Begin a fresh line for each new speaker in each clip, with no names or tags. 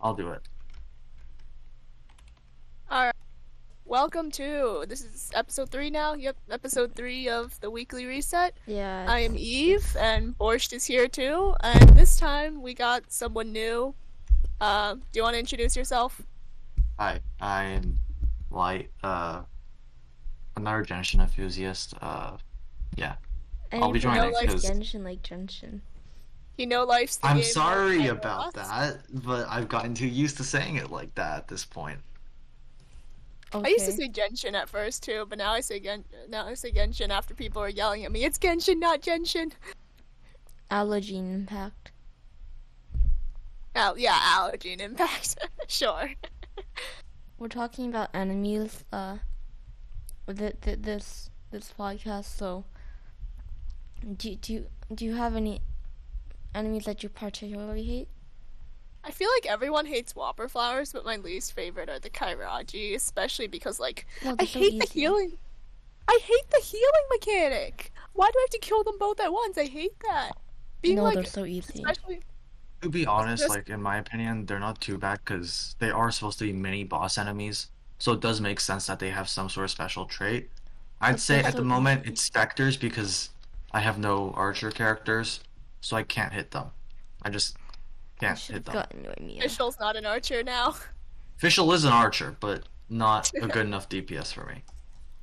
I'll do it.
All right. Welcome to this is episode three now. Yep, episode three of the weekly reset.
Yeah.
I am Eve, and Borscht is here too. And this time we got someone new. Uh, do you want to introduce yourself?
Hi, I'm Light, uh, another Genshin enthusiast. Uh, yeah.
I
I'll be
mean,
joining
no life
because
Genshin like Genshin.
You know, life's. The
I'm
game of
sorry
I know
about
lots.
that, but I've gotten too used to saying it like that at this point.
Okay.
I used to say Genshin at first too, but now I say Gen- now I say Genshin after people are yelling at me. It's Genshin, not Genshin.
allergy impact.
Oh yeah, allergy and impact. sure.
We're talking about enemies. Uh, th- th- this this podcast. So, do do you, do you have any enemies that you particularly hate?
I feel like everyone hates whopper flowers, but my least favorite are the kairaji, especially because like
No,
I
they're so
hate the
easy.
healing. I hate the healing mechanic. Why do I have to kill them both at once? I hate that. Being
no, they're
like
so easy.
especially
To be honest,
just-
like in my opinion, they're not too bad because they are supposed to be mini boss enemies, so it does make sense that they have some sort of special trait. I'd
But
say
they're
at the
so
moment
easy.
it's specters because I have no archer characters, so I can't hit them. I just
I
can't
should
hit
have
them.
gotten you a meal.
Fischl's not an archer now.
Fischl is an archer, but not a good enough DPS for me.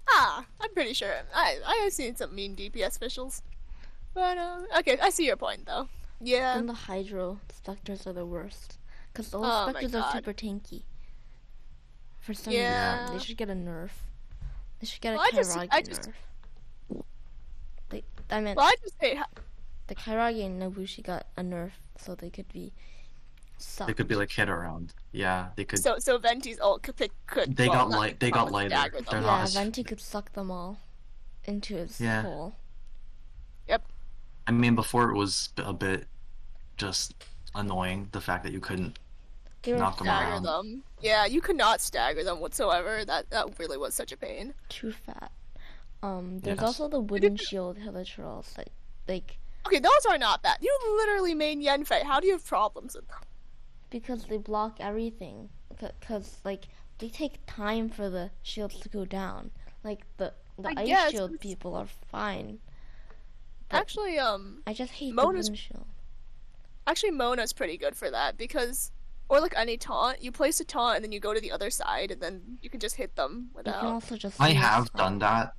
Ah, I'm pretty sure. I I have seen some mean DPS officials. But uh, okay, I see your point though. Yeah.
And the hydro specters are the worst. Because all
Oh my
specters are
God.
super tanky. For some
Yeah.
reason, they should get a nerf. They should get
Well,
a
I just-
Kairagi
I just-
nerf. They, I meant
Well, I just hate. ho-
the Kairagi and Nobushi got a nerf, so they could be sucked.
They could be like hit around. Yeah, they could.
Oh. So so Venti's ult could pick could.
They
well,
got
not
light. They
well,
got lighter.
dagger them.
They're not
yeah,
as.
Venti could suck them all into his
Yeah.
hole.
I mean, before it was a bit just annoying the fact that you couldn't
They were
Knock 'em
fat,
Stagger
around.
them. Yeah, you could not stagger them whatsoever. That that really was such a pain.
too fat. Um, there's
Yes.
also the wooden shield Hilichurls, like, like
Okay, those are not bad. You literally main Yenfei. How do you have problems with them?
because they block everything. Because like they take time for the shields to go down. Like the the
I
ice
guess,
shield
but-
people are fine. But-
Actually, um,
I just hate
Mona's-
the wooden shield.
actually Mona's pretty good for that because, or like any taunt, you place a taunt and then you go to the other side and then you can just hit them
You can
without.
also just.
I
use,
have done
um,
that,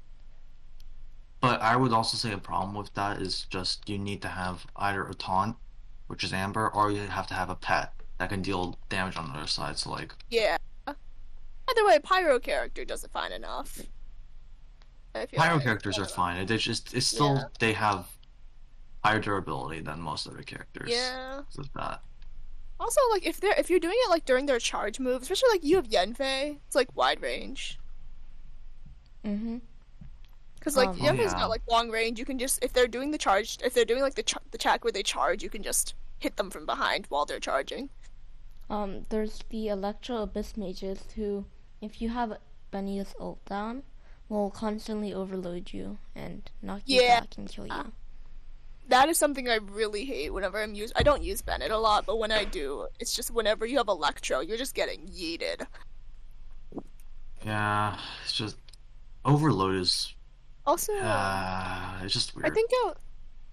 but I would also say a problem with that is just you need to have either a taunt, which is Amber, or you have to have a pet that can deal damage on the other side. So like,
Yeah. Either way, pyro character doesn't fine enough. I feel
pyro
like.
characters
I
are
don't know.
fine. They just it's still
Yeah.
they have higher durability than most other characters.
Yeah.
So it's that.
Also, like if they're if you're doing it like during their charge move, especially like you have Yenfei, it's like wide range.
Mhm.
Because like
Um,
the other
Oh,
has
yeah.
got like long range, you can just if they're doing the charge, if they're doing like the char- the attack where they charge, you can just hit them from behind while they're charging.
Um, there's the Electro Abyss mages who, if you have Benny's ult down, will constantly overload you and knock you
Yeah.
back and kill you.
Ah. That is something I really hate. Whenever I'm use, I don't use Bennett a lot, but when I do, it's just whenever you have Electro, you're just getting yeeted.
Yeah, it's just overload is
Also,
uh, it's just
I
weird.
think I,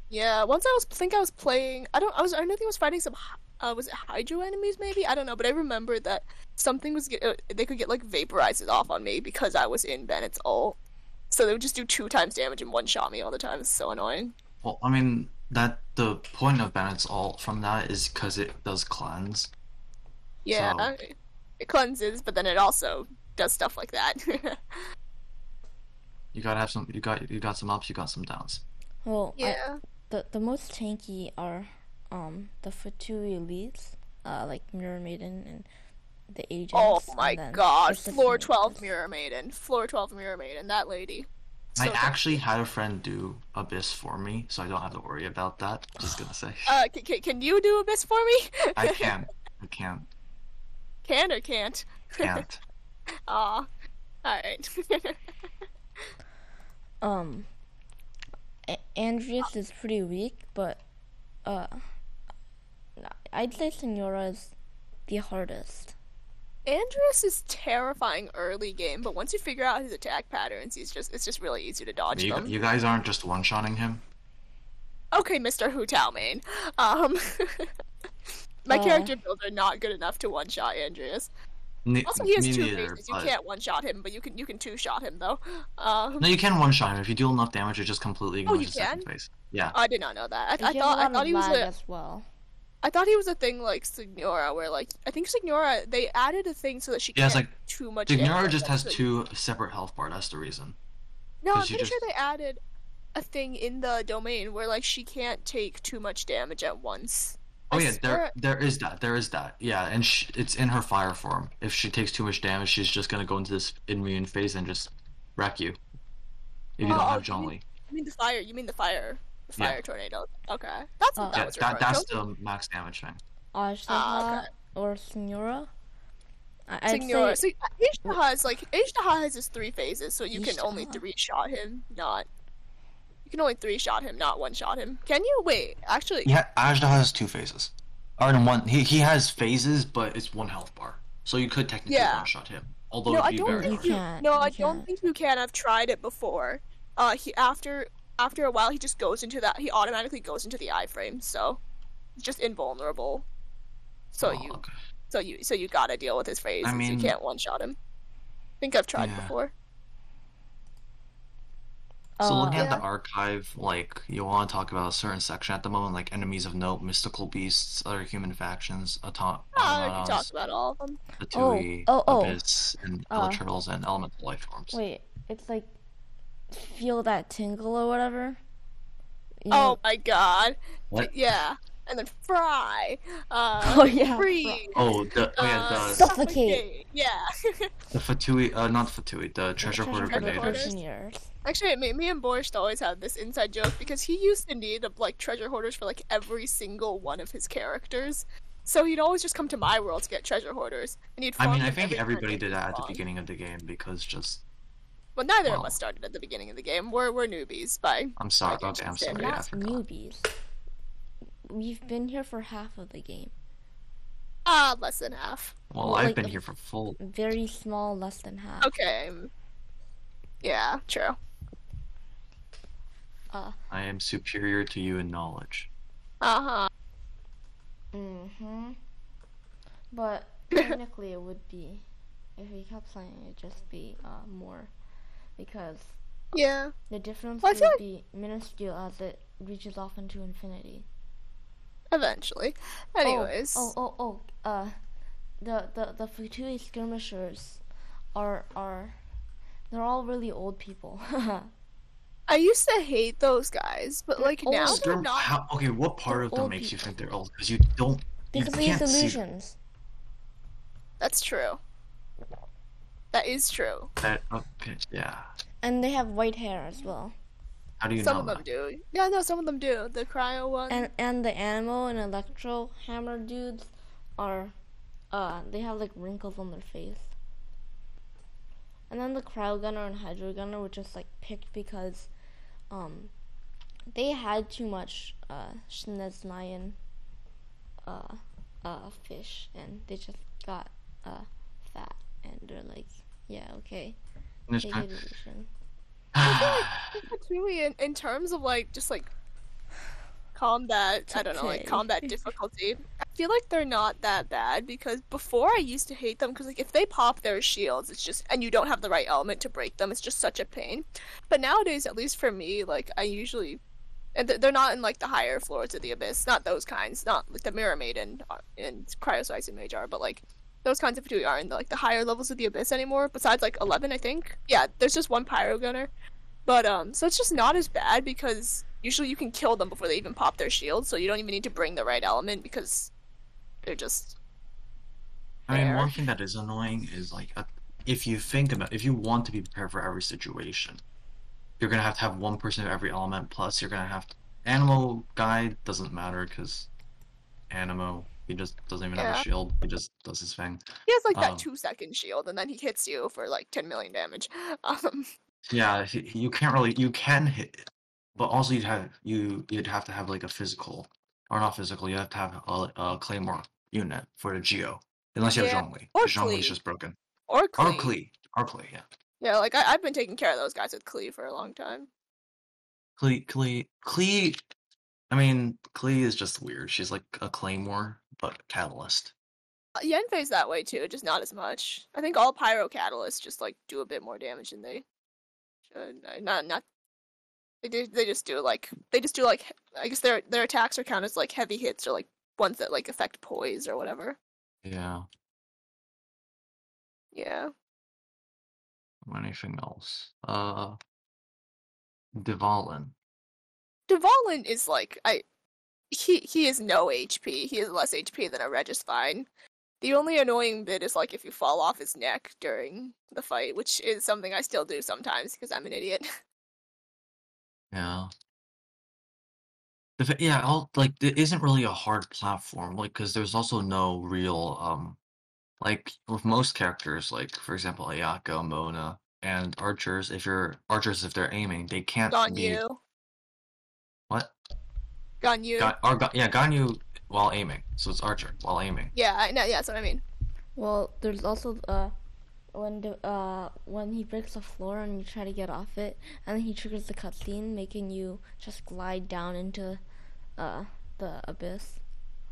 yeah, once I was think I was playing. I don't. I was. I think I was fighting some. hy- Uh, was it Hydro enemies? Maybe I don't know, but I remember that something was. Get, uh, they could get like vaporizes off on me because I was in Bennett's ult. So they would just do two times damage and one shot me all the time. It's so annoying.
Well, I mean that the point of Bennett's alt from that is because it does cleanse.
Yeah,
So-
it- it cleanses, but then it also does stuff like that.
You gotta have some. You got you got some ups. You got some downs.
Well, I-
yeah,
the the most tanky are um the Fatui elites, uh like Mirror Maiden and the agents.
Oh
and
my
then
god,
there's the
floor
Phoenixes.
12 Mirror Maiden. Floor 12 Mirror Maiden, that lady.
I
So good.
actually had a friend do Abyss for me, so I don't have to worry about that. Just gonna say,
Uh, c- c- can you do Abyss for me?
I can't, I can't,
can or can't?
can't.
Aw. Alright.
Um, A- Andreas is pretty weak, but uh, I'd say Senora is the hardest?
Andrus is terrifying early game, but once you figure out his attack patterns, he's just it's just really easy to dodge
You,
them.
you guys aren't just one shotting him.
Okay, Mr. Hu Tao main. Um My
Uh.
character builder not good enough to one shot Andreas.
Ne-
Also, he has
me
two
neither,
phases. You
but-
can't one shot him, but you can you can two shot him though. Um,
No, you can one shot him if you deal enough damage. It just completely ignores
Oh, you
his second phase. Yeah.
I did not know that. I,
You
I
get a
thought
lot
I
of
thought he was
lag
a
as well.
I thought he was a thing like Signora, where like I think Signora they added a thing so that she
Yeah,
can't
it's
too much.
Dignaro
damage,
just has
so-
two separate health bar. That's the reason.
No, I'm
'cause you
pretty sure
just-
they added a thing in the domain where like she can't take too much damage at once.
Oh
I
yeah,
swear-
there there is that. There is that. Yeah, and sh it's in her fire form. If she takes too much damage, she's just gonna go into this immune phase and just wreck you. If you
Oh,
don't
oh,
have
you
Zhongli,
You mean the fire? You mean the fire? The
Yeah.
fire tornado? Okay, that's
Oh.
what that
yeah,
was referring
that, that's
to.
the max damage thing.
Ah,
Ashtaha or Senora? I- I'd
Signora.
say uh,
So Ishtaha has like Ishtaha has his three phases, so you can only
Ishtaha.
three shot him, not. You can only three shot him, not one shot him. Can you? Wait, actually,
Yeah, Ajda has two phases. Or in one, he he has phases, but it's one health bar. So you could technically
Yeah.
one shot him. Although
No, I
it'd be
don't
very
think
hard.
you
you.
can't,
No,
you
I
can't.
don't think you can. I've tried it before. Uh, he after after a while he just goes into that. He automatically goes into the iframe, so he's just invulnerable. So
Oh,
you
okay.
so you so you gotta deal with his phase.
mean-
you can't one shot him. I think I've tried
Yeah.
before.
uh,
So
Oh,
looking at
Yeah.
the archive, like you want to talk about a certain section at the moment, like enemies of note, mystical beasts, other human factions, auto-
Oh, I already
automatons,
talked about all of them.
the
Oh,
Tui,
oh, oh.
abyss, and
Uh.
uh, turtles, and elemental life forms.
wait, it's like feel that tingle or whatever. You
Oh
know-
my god.
What?
Yeah. And then fry. Uh,
oh yeah,
freeze. Uh,
Oh, the oh yeah, the
Stop. Suffocate.
Yeah.
the Fatui, uh, not Fatui, the treasure hoarder
hoarder
grenadiers.
prisoners.
Actually, me, me and Boris always have this inside joke because he used to need like treasure hoarders for like every single one of his characters. So he'd always just come to my world to get treasure hoarders, and he'd.
I
farm
mean, I
them
think
every time
everybody
they
did that at the
spawned.
beginning of the game because just
Well, neither of
Wow.
us started at the beginning of the game. We're we're newbies by.
I'm sorry,
I
okay, I'm
understand.
sorry,
Not
yeah, I forgot.
newbies. We've been here for half of the game.
Ah, less than half.
Well,
Well,
I've
like
been
the-
here for full.
Very small, less than half.
Okay. Yeah, true.
I am superior to you in knowledge.
Uh huh.
Mm-hmm. But technically, it would be if we kept playing, it'd just be uh, more because
Yeah.
the difference
Well, I
would
feel like-
be minuscule as it reaches off into infinity.
Eventually.
Oh,
Anyways.
Oh, oh, oh. uh, the the the Futui skirmishers are are they're all really old people.
I used to hate those guys, but like
old.
now they're
Skirm-
not.
how- okay, what part
They're
of them
old
makes you
people.
think they're old? Because you don't. you
because they have
can't see them.
delusions.
That's true. That is true.
That okay, yeah.
And they have white hair as well.
How do you
Some
know
of them
that?
do. Yeah, no, some of them do. The cryo one.
And and the ammo and electro hammer dudes are uh they have like wrinkles on their face. And then the cryo gunner and hydro gunner were just like picked because um they had too much uh Schneznayan uh uh fish and they just got uh fat and they're like, Yeah, okay.
This
Take
time-
it easy.
Patui, in, in terms of like just like combat, I don't know, like
Okay.
combat difficulty, I feel like they're not that bad because before I used to hate them because like if they pop their shields, it's just and you don't have the right element to break them, it's just such a pain. But nowadays, at least for me, like I usually. And th- they're not in like the higher floors of the abyss, not those kinds, not like the mirror maiden uh, and cryosyze and majar, but like those kinds of Fatui aren't like the higher levels of the abyss anymore. Besides like eleven, I think. Yeah, there's just one pyro gunner, but um, so it's just not as bad because usually you can kill them before they even pop their shield, so you don't even need to bring the right element because they're just
I mean,
Fair.
one thing that is annoying is like uh, if you think about if you want to be prepared for every situation, you're gonna have to have one person of every element. Plus, you're gonna have to, animal guy doesn't matter because animo he just doesn't even have
Yeah.
a shield. He just does his thing.
he has like that
Um.
two second shield, and then he hits you for like ten million damage. Um,
Yeah, he- he- you can't really you can hit, but also you'd have you you'd have to have like a physical or not physical. You have to have a, a claymore unit for the geo Unless you
Yeah.
have Zhongli.
Or
Zhongli's
Klee.
just broken.
Or
Or
Klee.
Klee. Or Klee, yeah.
Yeah, like I, I've been taking care of those guys with Klee for a long time.
Klee, Klee, Klee. I mean, Klee is just weird. She's like a Claymore, but Catalyst.
Uh, Yenfei's that way too, just not as much. I think all pyro catalysts just like do a bit more damage than they should. Uh, Not not they do, they just do like they just do like he- I guess their their attacks are counted as like heavy hits or like ones that like affect poise or whatever.
Yeah.
Yeah.
Anything else? Uh. Devalin.
Devalin is like I he he is no HP. He is less HP than a Regis-Fine. The only annoying bit is like if you fall off his neck during the fight, which is something I still do sometimes because I'm an idiot.
Yeah. The, fa- yeah, all like it isn't really a hard platform, like because there's also no real um, like with most characters, like for example Ayako, Mona, and archers. If you're archers, if they're aiming, they can't be
Ganyu.
what?
Ganyu.
Ga- or Ga- yeah, Ganyu while aiming, so it's archer while aiming.
yeah, I know. Yeah, that's what I mean.
Well, there's also uh, when the, uh, when he breaks the floor and you try to get off it, and then he triggers the cutscene, making you just glide down into uh, the abyss.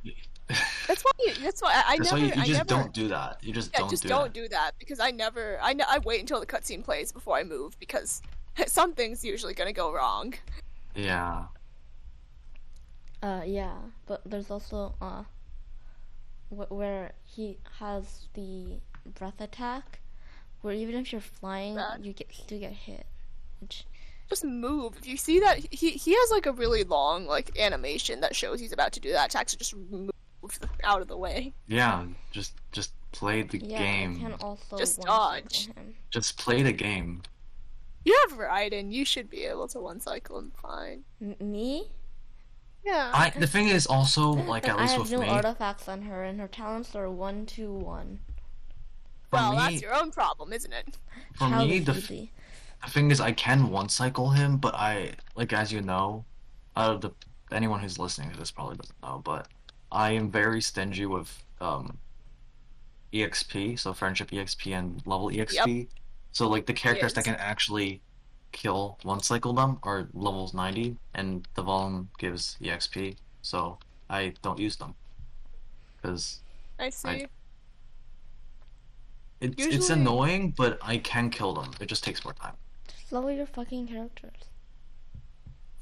That's why. You, that's why I, I
That's
never.
why you, you
I
just
never,
don't do that. You just
Yeah,
don't
just
do
don't
that.
do that because I never. I ne- I wait until the cutscene plays before I move because something's usually gonna go wrong.
Yeah,
Uh, yeah, but there's also uh, wh- where he has the breath attack, where even if you're flying,
That-
you get still get hit. Which,
Just move. If you see that he he has like a really long like animation that shows he's about to do that attack, so just move out of the way.
yeah. Just just play the
yeah, I
game.
can also
Just
one-cycle
dodge.
him.
Just play the game.
You have Raiden. You should be able to one cycle and fine.
M- me?
Yeah.
I the thing is also like
But
at
I
least
have
with
no
me.
artifacts on her, and her talents are one, two, one.
for
well,
me,
that's your own problem, isn't it?
For
How
me, the, f-
easy.
the thing is, I can one cycle him, but I, like, as you know, out of the anyone who's listening to this probably doesn't know, but I am very stingy with um, EXP, so friendship EXP and level EXP. So, like, the characters that can
Yes.
actually kill one cycle them are levels 90, and the volume gives EXP, so I don't use them. Because
I see.
it's, it's
Usually-
annoying, but I can kill them. It just takes more time.
Just level your fucking characters.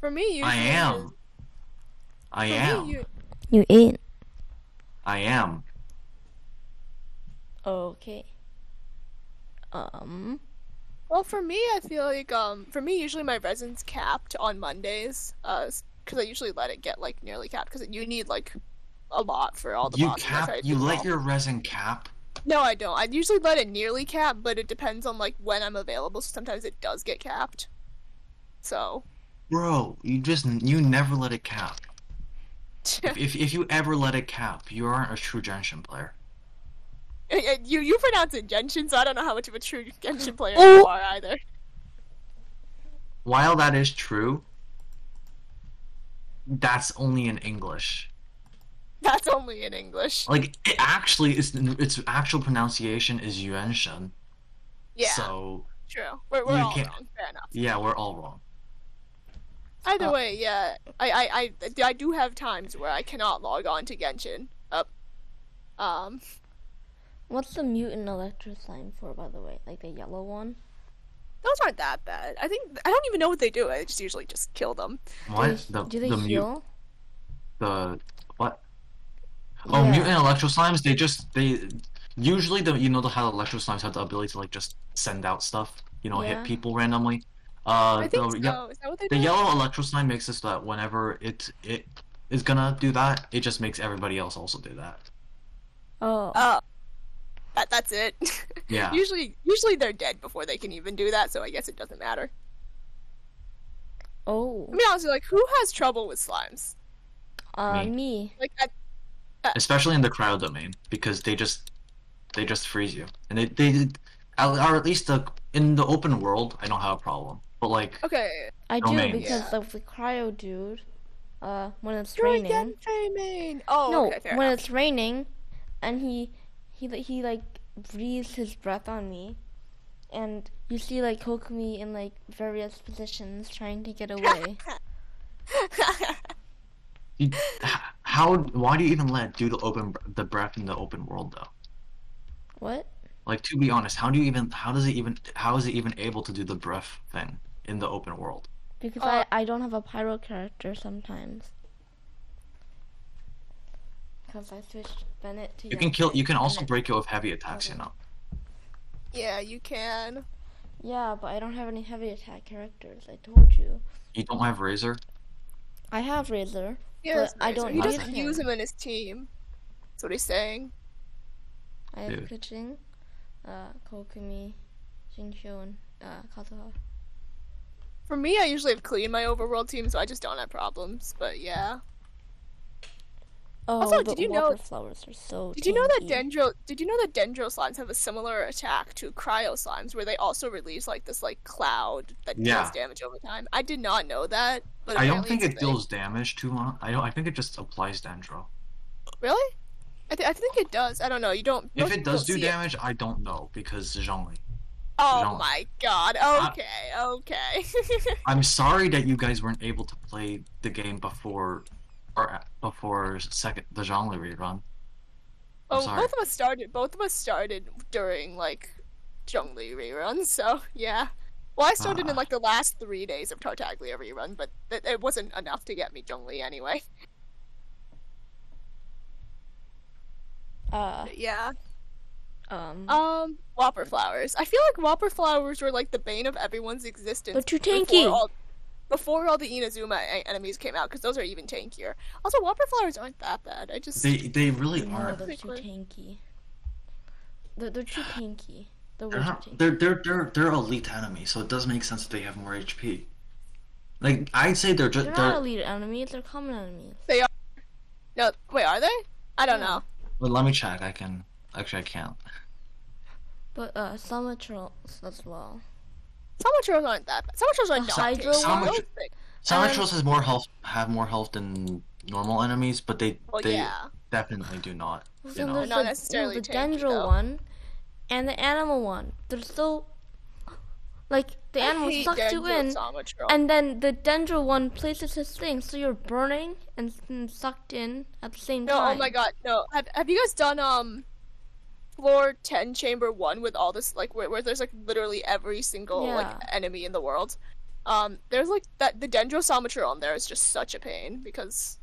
For me, usually
I
is-
am. I
for me,
am.
you-
You ain't.
I am.
Okay. Um.
Well, for me, I feel like um, for me, usually my resin's capped on Mondays, uh, because I usually let it get like nearly capped because you need like a lot for all the
You
bosses. I
cap.
try to
You
do it
let
all.
your resin cap.
No, I don't. I usually let it nearly cap, but it depends on like when I'm available. So sometimes it does get capped. So
Bro, you just you never let it cap. If if you ever let it cap, you aren't a true Genshin player.
you you pronounce it Genshin, so I don't know how much of a true Genshin player
Oh.
you are either.
While that is true, that's only in English.
That's only in English.
Like it actually, its its actual pronunciation is Yuanshan.
Yeah,
So
true. We're, we're
you
all
can't-
wrong. Fair enough.
yeah, we're all wrong.
Either
Uh,
way, yeah, I, I, I, I do have times where I cannot log on to Genshin. Up. Um,
What's the mutant electro sign for, by the way? Like the yellow one?
those aren't that bad. I think I don't even know what they do. I just usually just kill them.
What
Do they,
the
do they
the mute
heal?
the what Oh,
Yeah.
mutant electro slimes, they just they usually the you know the how electro slimes have the ability to like just send out stuff, you know,
Yeah.
hit people randomly. Uh
I
the,
think so.
ye-
Is that what they
the
do?
yellow electro slime makes it so that whenever it it is gonna do that, it just makes everybody else also do that.
Oh.
Uh,
Oh, that, that's it.
Yeah.
usually, usually they're dead before they can even do that. So I guess it doesn't matter.
oh.
I mean, honestly, like who has trouble with slimes?
Uh,
Me.
me.
Like I,
Especially in the crowd domain, because they just they just freeze you. And they they or at least the in the open world I don't have a problem. But like
okay,
I do
Domain.
because
Yeah.
of the cryo dude. Uh, when it's
you're a
raining.
Genfei main. Oh,
no,
okay, fair
when
enough.
it's raining, and he he li- he like breathes his breath on me, and you see like Kokumi in like various positions trying to get away.
You, h- how? Why do you even let do the open the breath in the open world though?
what?
Like to be honest, how do you even? How does it even? How is it even able to do the breath thing in the open world?
Because
Uh,
I I don't have a pyro character sometimes. Because I switched Bennett to
You can kill.
Yasuo
You can also
and
break it with heavy attacks. You know.
yeah, you can.
it- Yeah, but I don't have any heavy attack characters. I told you.
You don't have razor.
I have Razor.
Yeah,
But I don't
He
use
doesn't
him.
use him in his team. That's what he's saying.
I have
Dude.
Kuching, uh, Kokumi, Shinshou, and uh, Kazuha.
For me, I usually have Klee in my overworld team, so I just don't have problems. But yeah.
Oh,
Also,
but
did you know-
water flowers are so.
Did you know that
tanky.
dendro? Did you know that dendro slimes have a similar attack to cryo slimes, where they also release like this like cloud that
Yeah.
deals damage over time? I did not know that, but
I don't
apparently
think
it's a
it
thing.
deals damage too much. I don't. I think it just applies dendro.
Really? I, th- I think it does. I don't know. You don't.
If
most
it
people
does
don't
do
see it.
damage, I don't know because Zhongli.
Oh
don't.
my god. Okay. Okay.
I'm sorry that you guys weren't able to play the game before, or a- before second the Zhongli rerun. I'm
oh,
sorry.
both of us started. Both of us started during like Zhongli reruns. So yeah. Well, I started
Ah.
in like the last three days of Tartaglia rerun, but th- it wasn't enough to get me Zhongli anyway.
Uh,
But yeah.
um.
Um, whopper flowers. I feel like whopper flowers were like the bane of everyone's existence.
They're too tanky.
Before all, before all the Inazuma e- enemies came out, because those are even tankier. Also, whopper flowers aren't that bad. I just
They they really
no,
aren't.
they're too
Quickly.
tanky. They're, they're too tanky. They're way
They're
too
not.
tanky.
Uh-huh. They're they're they're they're elite enemies, so it does make sense that they have more HP. Like I'd say they're just
They're
they're,
not elite enemies. They're common enemies.
no. Wait, are they? I don't
Yeah.
know.
But let me check. I can actually I can't.
But uh, summer trolls as well.
Summoners aren't that. bad. Summoners aren't
The
that.
hydro
tanky.
ones?
Those things-
Sonic
Um,
Trolls has more health have more health than normal enemies, but they
Well,
they
yeah.
definitely do not.
Well,
You
then
know.
there's
Not
the,
necessarily
there's the
tanky,
dendro
though.
one and the animal one. They're so like the
I
animal
hate
sucks you
Dendro
in,
Summoners.
and then the dendro one places his thing, so you're burning and, and sucked in at the same
no,
time.
oh my god, no. Have Have you guys done um? Floor ten, chamber one, with all this like where, where there's like literally every single like
Yeah.
enemy in the world. Um, there's like that the dendrosomature on there is just such a pain because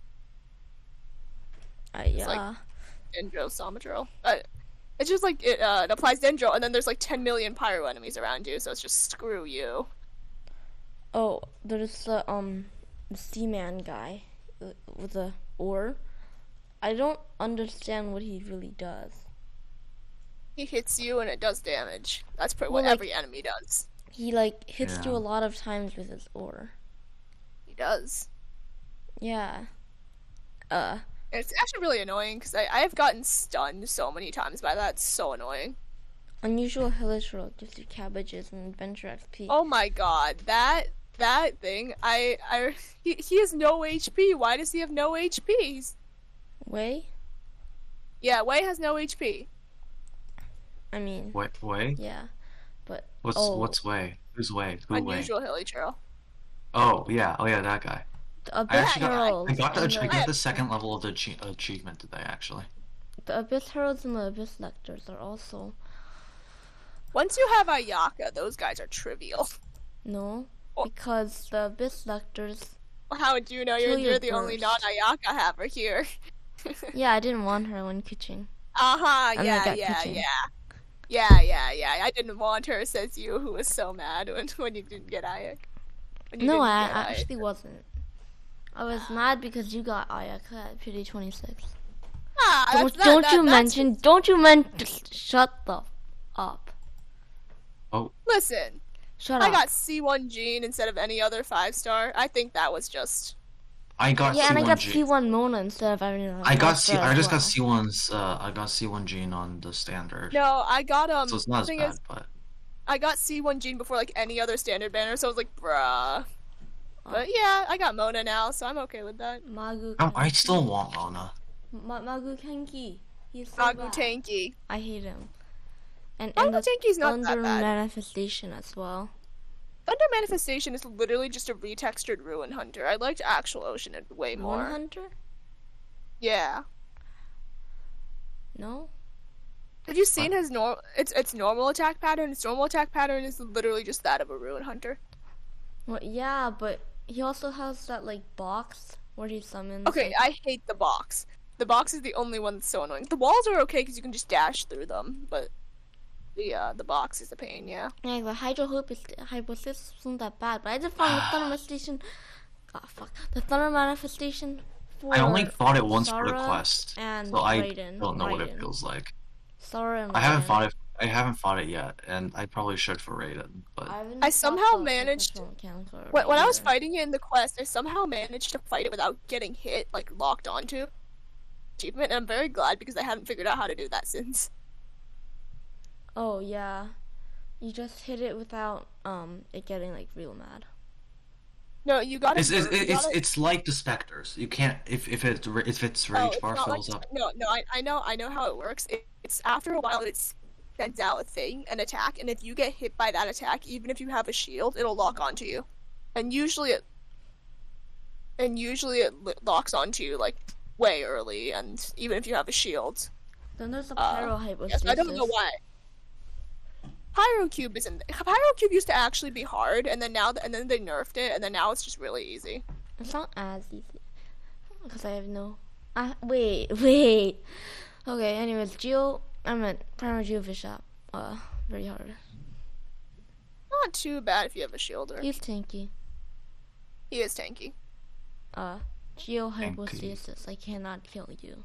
Uh, yeah.
like- dendrosomature. Uh, it's just like it, uh, it applies dendro, and then there's like ten million pyro enemies around you, so it's just screw you.
Oh, there's the um the sea man guy uh, with the oar. I don't understand what he really does.
He hits you and it does damage. That's pretty
Well,
what
like-
every enemy does.
He like hits you
Yeah.
a lot of times with his oar.
He does.
Yeah. Uh.
And it's actually really annoying because I I have gotten stunned so many times by that. It's so annoying.
Unusual Hellish Road gives you cabbages and adventure XP.
Oh my god, that that thing. I I he, he has no HP. Why does he have no HP? He's,
Way?
yeah, Wei has no HP.
I mean,
Way way?
yeah. But
What's
oh,
what's way? Who's way? Who way?
Unusual hilly churl.
Oh yeah, oh yeah, that guy.
the
I
Abyss
actually got,
Heralds
I got the
and
I
the,
got the second level of the achie- achievement today actually.
the Abyss Heralds and the Abyss Lectors are also
Once you have Ayaka, those guys are trivial.
no,
Oh.
because the Abyss Lectors.
How would you know you're,
Kill your
you're the only
burst.
non-Ayaka haver here?
Yeah, I didn't want her when Kuching.
Uh-huh,
then I
yeah,
got
yeah,
Kuchin.
yeah. Yeah, yeah, yeah. I didn't want her, says you, who was so mad when, when you didn't get Ayaka. When you
No,
didn't
I,
get Ah.
I
Ayaka.
actually wasn't. I was mad because you got Ayaka at PD 26.
Ah,
Don't,
that's- that-
don't
that- that's-
you mention, don't you mention, just shut the f- up.
Listen,
Shut
I
up.
got C1 Gene instead of any other five star. I think that was just.
I got
yeah,
C1
and I got
G-
C1 Mona instead of everyone.
I got
else
C.
there
I
as
just
well.
got C1's. Uh, I got C1 gene on the standard,
No, I got um.
so it's not as
thing
bad.
is,
But
I got C1 Gene before like any other standard banner, so I was like,
Ah.
bruh. But yeah, I got Mona now, so I'm okay with that.
Magu.
Oh, I, I
Kenki.
still want Lana.
Ma- Magu Kenki. He's so bad.
Agutanki.
I hate him. And, and the
Agutanki's not that
Thunder
bad.
manifestation as well.
Thunder Manifestation is literally just a retextured Ruin Hunter. I liked Actual Ocean way
One
more.
Hunter?
Yeah.
No.
Have you seen his normal? Its its normal attack pattern. Its normal attack pattern is literally just that of a Ruin Hunter.
Well, yeah, but he also has that like box where he summons.
Okay,
like-
Mm-hmm.
I hate the box. The box is the only one that's so annoying. The walls are okay because you can just dash through them, but the uh, the box is a pain. Yeah.
Yeah, the hydro hoop is hypothesis wasn't that bad, but I did find the thunder manifestation. Ah, fuck. The thunder manifestation. For
I only fought it once for the
Sora
quest,
and
so I
Raiden,
don't know what it
Raiden.
feels like.
Sora and
I haven't
Raiden.
fought it. I haven't fought it yet, and I probably should for Raiden. But
haven't
I
fought
somehow
the
managed-
Pokemon Counter
When, when I was
either.
fighting it in the quest, I somehow managed to fight it without getting hit, like locked onto achievement. And I'm very glad because I haven't figured out how to do that since.
Oh yeah, you just hit it without um it getting like real mad.
No, you got
it's
it.
it's
you
it's,
gotta-
it's like the specters. You can't if if it's ra- if its
No,
rage
Oh, it's
bar
not like-
fills up.
No, no, I, I know, I know how it works. It, it's after a while, it sends out a thing, an attack, and if you get hit by that attack, even if you have a shield, it'll lock onto you, and usually it, and usually it lo- locks onto you like way early, and even if you have a shield,
Then there's the
Uh,
pyro
yes,
hypothesis.
I don't know why. Pyrocube isn't. Pyrocube used to actually be hard, and then now, th- and then they nerfed it, and then now it's just really easy.
It's not as easy because I have no. I wait, wait. Okay. Anyways, Geo. I meant Primal Geo Fish up. Uh, very hard.
Not too bad if you have a shielder. He,
He's tanky.
is tanky.
Uh, Geo hypostasis. I cannot kill you.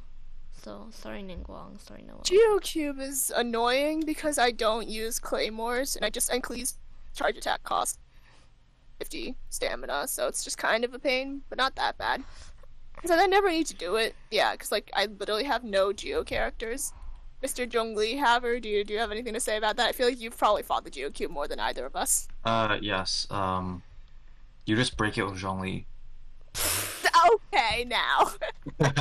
So sorry, Ningguang. Sorry, Noah.
Geocube is annoying because I don't use claymores and I just and Klee's charge attack costs 50 stamina, so it's just kind of a pain, but not that bad. So I never need to do it. Yeah, because like I literally have no Geo characters. Mr. Zhongli, Haver, do you do you have anything to say about that? I feel like you've probably fought the Geocube more than either of us.
Uh yes. Um, you just break it with Zhongli.
Okay, now.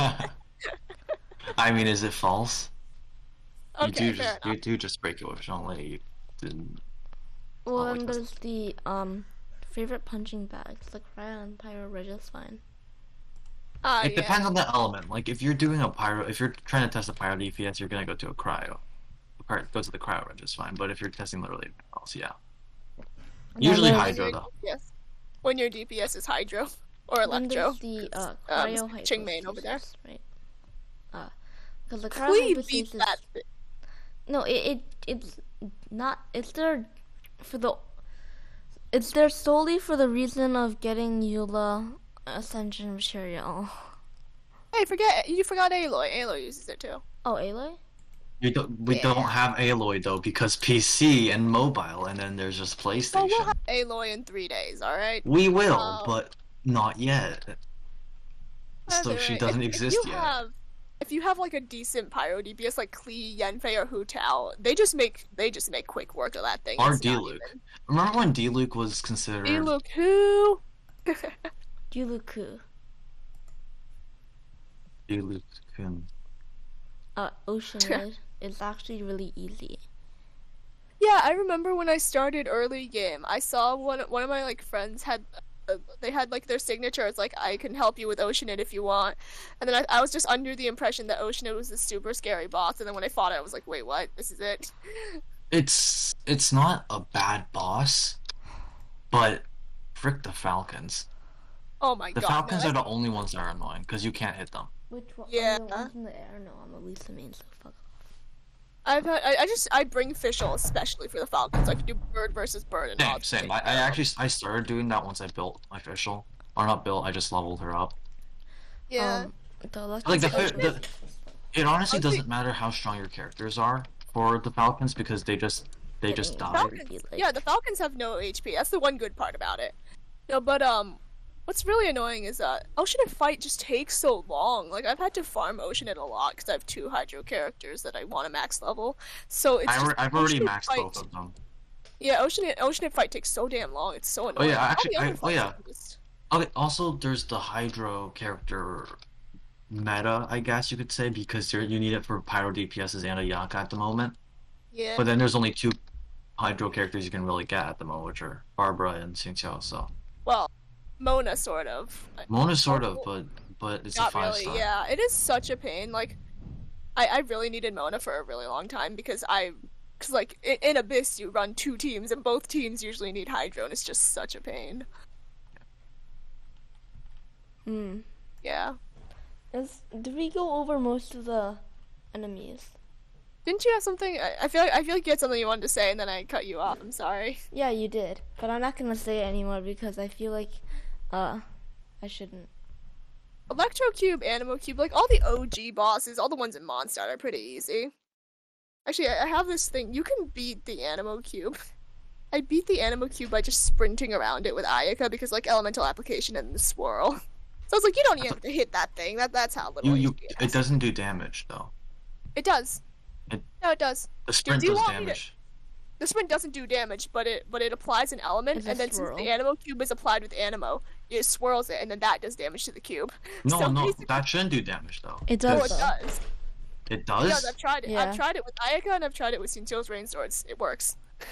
I mean, is it false?
okay,
you do
fair
just
enough.
you do just break it with Zhongli. You didn't-
Well,
Oh,
and
it does-
there's the um favorite punching bags like Ryan Pyro Regis
Uh,
It
yeah.
depends on the element. Like if you're doing a pyro, if you're trying to test a pyro DPS, you're gonna go to a cryo. Or go to the cryo range is fine. But if you're testing literally else, yeah. Usually
there's-
hydro though.
Yes. When your DPS is Hydro or
Then
Electro.
there's the uh,
um,
cryo
Chingmain over there.
hypothesis, Right. Uh, because the cryo
Klee beat
hypothesis-
that thi-
No, it, it it's not. It's there for the. It's there solely for the reason of getting Eula Ascension material.
Hey, forget you forgot Aloy. Aloy uses it too.
Oh, Aloy.
We don't we don't have Aloy though because PC and mobile, and then there's just
Well,
PlayStation.
we'll have Aloy in three days. All right.
We will,
Oh.
but not yet. So
Either
she
way,
doesn't
if,
exist
if you
yet.
Have, if you have like a decent pyro DPS like Klee, Yenfei, or Hu Tao, they just make they just make quick work of that thing.
Or
It's not
D-Luke.
even-
Remember when D Luke was considered?
D-Luke who?
Yuluku.
D Luke Kun.
Uh, Ocean Lid is actually really easy.
Yeah, I remember when I started early game. I saw one one of my like friends had uh, they had like their signature. It's like I can help you with Oceanid if you want. And then I, I was just under the impression that Oceanid was this super scary boss. And then when I fought it, I was like, wait, what? This is it.
It's it's not a bad boss, but frick the Falcons.
Oh my
The
god. no,
Falcons
that's-
are the only ones that are annoying because you can't hit them.
Which one? Oh,
Yeah.
The ones in the air? No, I'm at least the main, so fuck.
I've had, I, I just I bring Fischl especially for the Falcons. I can do bird versus bird and all.
Same, same. I, I actually I started doing that once I built my official, or not built. I just leveled her up.
yeah.
Um, the lucky
Like the,
stars
the, the it honestly
Honestly-
doesn't matter how strong your characters are for the Falcons because they just they just
Falcons-
die.
would be like-
yeah, the Falcons have no HP. That's the one good part about it. No, but um, what's really annoying is that Ocean and Fight just takes so long. Like I've had to farm Ocean it a lot because I have two Hydro characters that I want to max level. So it's
I,
just,
alre- I've already
Ocean
maxed
Fight-
both of them.
Yeah, Ocean and, Ocean and Fight takes so damn long. It's so annoying.
Oh, yeah,
All the
actually,
other
I- oh
fights
yeah.
are just-
Okay, also there's the Hydro character meta, I guess you could say, because you're, you need it for Pyro DPSs and a Yaka at the moment.
Yeah.
But then there's only two Hydro characters you can really get at the moment, which are Barbara and Xingqiao. So
well, Mona sort of. Like,
Mona sort of, but but it's a
Not
five
really.
star.
Yeah, it is such a pain. Like, I I really needed Mona for a really long time because I. Cause like in, in Abyss, you run two teams, and both teams usually need Hydro, and it's just such a pain.
Hmm.
Yeah.
Is did we go over most of the enemies?
Didn't you have something? I, I feel like, I feel like you had something you wanted to say, and then I cut you off. I'm sorry.
Yeah, you did. But I'm not gonna say it anymore because I feel like, uh, I shouldn't.
Electro Cube, Animo Cube, like all the OG bosses, all the ones in Mondstadt are pretty easy. Actually, I I have this thing. You can beat the Animo Cube. I beat the Animo Cube by just sprinting around it with Ayaka because like elemental application and the swirl. So it's like you don't even have to hit that thing. That that's how little
You, you,
HP
it
has.
doesn't do damage though.
It does.
It-
No, it does.
The sprint
do you
does
want me to-
damage.
The sprint doesn't do damage, but it but it applies an element,
It's a
and then since
swirl.
the Animo Cube is applied with Animo, it swirls it, and then that does damage to the cube.
No,
so
no,
basically-
that shouldn't do damage though.
It
Oh,
does.
it does.
It
It
does.
does. I've tried it.
Yeah.
I've tried it with Ayaka and I've tried it with Sintil's Rain Swords. It works.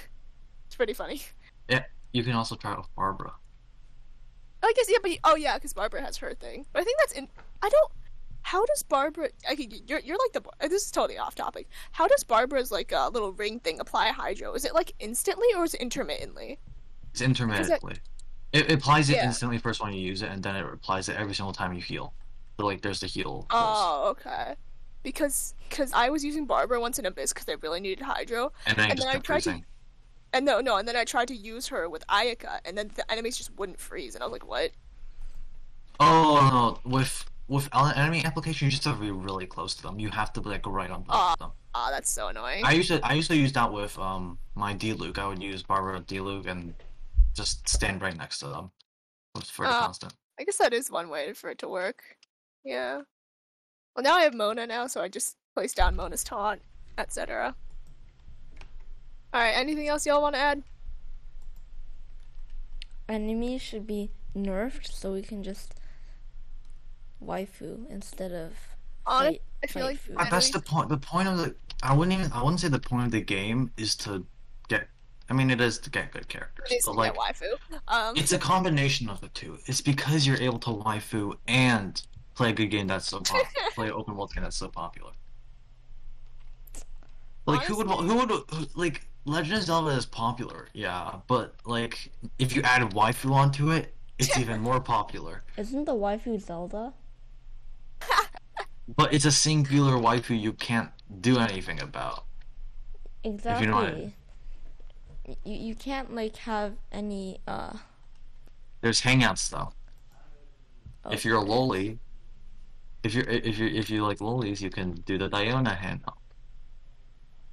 It's pretty funny.
Yeah, you can also try it with Barbara.
I guess yeah, but oh yeah, because Barbara has her thing. But I think that's in. I don't. How does Barbara? Okay, you're you're like the. uh, This is totally off topic. How does Barbara's like uh, little ring thing apply hydro? Is it like instantly or is it intermittently?
It's intermittently. It, it applies it
Yeah.
instantly first when you use it, and then it applies it every single time you heal. So like, there's the heal. pulse.
Oh, okay. Because because I was using Barbara once in Abyss because I really needed hydro,
and then you
and
just
then I
kept
tried to-
freezing.
and no no, and then I tried to use her with Ayaka, and then the enemies just wouldn't freeze, and I was like, what?
Oh no, with with ele- enemy application, you just have to be really close to them. You have to be like right on top of them.
Ah, that's so annoying.
I used to I used to use that with um my D Luke. I would use Barbara D Luke and just stand right next to them. It's for the
Ah.
constant.
I guess that is one way for it to work. Yeah. Well, now I have Mona now, so I just place down Mona's taunt, etc. All right. Anything else y'all want to add?
Enemies should be nerfed so we can just waifu instead of.
On
fight-
I feel like
fight
Uh, That's
enemies-
the point. The point of the I wouldn't even I wouldn't say the point of the game is to get. I mean, it is to get good characters,
Please
but like
get waifu. Um,
it's a combination of the two. It's because you're able to waifu and play a good game that's so popular, play an open world game that's so popular. Like who would wa- who would who, like Legend of Zelda is popular, yeah, but like if you add waifu onto it, it's even more popular.
Isn't the waifu Zelda?
But it's a singular waifu you can't do anything about.
Exactly.
know what I-
Y- you you can't like have any uh.
There's hangouts though. If you're a loli, if you're if you if you like lolis, you can do the Diona hangout.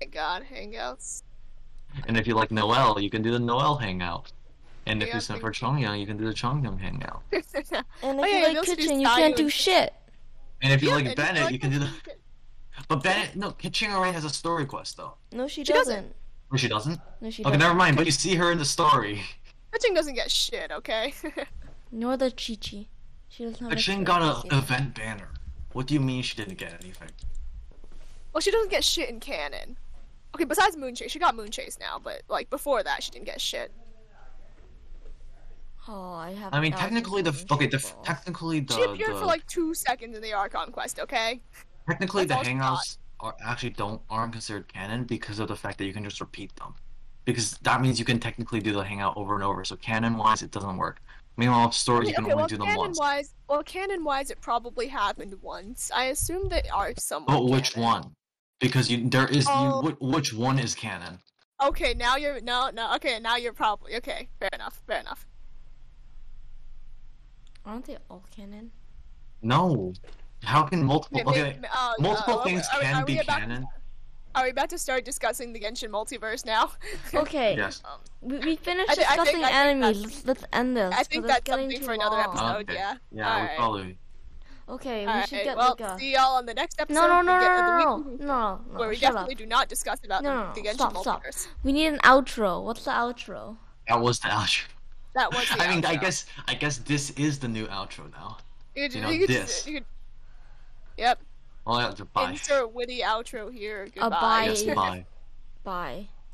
my God, hangouts.
And if you like Noel, you can do the Noel hangout. And if
Yeah,
you sent
thank
for Chongyang, you can do the Chongyang hangout.
Oh,
And if
yeah,
you
you
like
also do
kitchen, you can't
Sayu.
do shit.
And if you
Yeah,
like
and
Bennett, you can do the.
Bennett,
But Bennett, no, Kitchenare has a story quest though.
No, she,
She
doesn't.
doesn't.
Or she doesn't.
No, she
Okay,
doesn't.
never mind. But you see her in the story.
Fetching doesn't get shit. Okay.
Nor the Chi Chi. She doesn't
Oh,
have. a
Kitchen
shit.
got
Yeah.
a event banner. What do you mean she didn't get anything?
well, she doesn't get shit in canon. Okay, besides Moonchase, she got Moonchase now, but like before that, she didn't get shit.
Oh, I have.
I mean, technically the okay, the technically the,
She appeared for
the-
like two seconds in the Archon quest. Okay.
technically the
that's all she got.
hangouts are actually don't aren't considered canon because of the fact that you can just repeat them. Because that means you can technically do the hangout over and over. So canon wise, it doesn't work. Meanwhile, story you
Okay,
can
okay,
only
well,
do them
canon
once.
wise, well, canon wise, it probably happened once. I assume that are some.
But Oh, which one? Because you there is
Oh.
you, whi- which one is canon?
Okay, now you're no, no. Okay, now you're probably okay. Fair enough. Fair enough.
Aren't they all canon?
No. How can multiple
May-
okay,
may- may- oh,
multiple
oh,
things
are we-
can
are we
be
about-
canon?
Are we about to start discussing the Genshin multiverse now?
Okay.
Yes.
We, we finished
I thi- I think-
discussing
I think
enemies.
that's-
Let's, let's end this.
I think
'cause it's
that's
getting
something
too
for another
long.
episode.
Okay.
yeah.
Yeah, we
Alright.
probably
Okay, we
All
should get
right. Well,
like a.
see y'all on the next episode.
No, no,
we
no,
get- uh,
no,
the
no,
weekly-
no, no, no,
Where we
shut
definitely
up.
do not discuss about
No,
the,
no, no,
the Genshin
stop, stop.
multiverse.
We need an outro. What's the outro?
that was the outro.
That was. The
I mean I
outro.
guess I guess this is the new outro now.
you could,
you know,
you could,
this.
You could, Yep.
Well, I have to buy.
Insert witty outro here. Goodbye.
bye.
Yes,
Bye.
buy.
Bye.